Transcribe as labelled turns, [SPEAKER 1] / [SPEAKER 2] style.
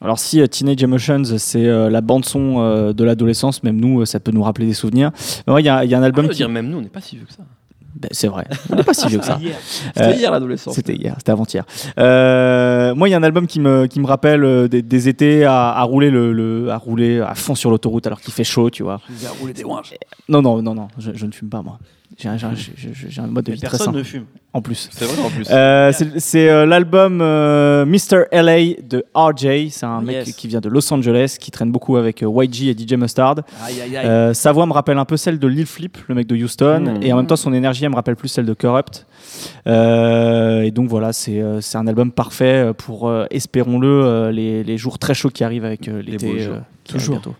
[SPEAKER 1] Alors si euh, Teenage Emotions, c'est euh, la bande son euh, de l'adolescence, même nous, euh, ça peut nous rappeler des souvenirs. Mais ouais, Il y, a- il y a un
[SPEAKER 2] On
[SPEAKER 1] album
[SPEAKER 2] peut
[SPEAKER 3] Ah,
[SPEAKER 1] qui...
[SPEAKER 2] Ah, dire même nous, on n'est pas si vieux que ça.
[SPEAKER 1] Ben, c'est vrai, on n'est pas si vieux que ça.
[SPEAKER 2] C'était
[SPEAKER 1] Euh,
[SPEAKER 2] Ah, hier l'adolescence.
[SPEAKER 1] C'était hier, c'était avant-hier. Euh, moi, il y a un album qui me, qui me rappelle euh, des, des étés à, à rouler le, le- à rouler à fond sur l'autoroute alors qu'il fait chaud, tu vois.
[SPEAKER 3] Il a roulé des ouinges.
[SPEAKER 1] Non, non, non, non, je, je ne fume pas, moi. J'ai un, j'ai un- j'ai- j'ai- j'ai un mode de
[SPEAKER 3] Mais
[SPEAKER 1] vie très
[SPEAKER 3] personne
[SPEAKER 1] simple,
[SPEAKER 3] ne fume.
[SPEAKER 1] en plus.
[SPEAKER 2] C'est vrai en plus.
[SPEAKER 1] Euh, c'est c'est, euh, l'album euh, Mr. LA de RJ. C'est un
[SPEAKER 3] Oh,
[SPEAKER 1] mec
[SPEAKER 3] yes.
[SPEAKER 1] qui vient de Los Angeles, qui traîne beaucoup avec euh, YG et DJ Mustard.
[SPEAKER 3] Aïe, aïe, aïe.
[SPEAKER 1] Euh, sa voix me rappelle un peu celle de Lil Flip, le mec de Houston,
[SPEAKER 2] Mm.
[SPEAKER 1] et en même temps son énergie elle me rappelle plus celle de Corrupt. Euh, et donc voilà, c'est euh, c'est un album parfait pour, euh, espérons-le, euh, les, les jours très chauds qui arrivent avec euh,
[SPEAKER 2] beaux
[SPEAKER 1] l'été.
[SPEAKER 2] jours.
[SPEAKER 1] toujours.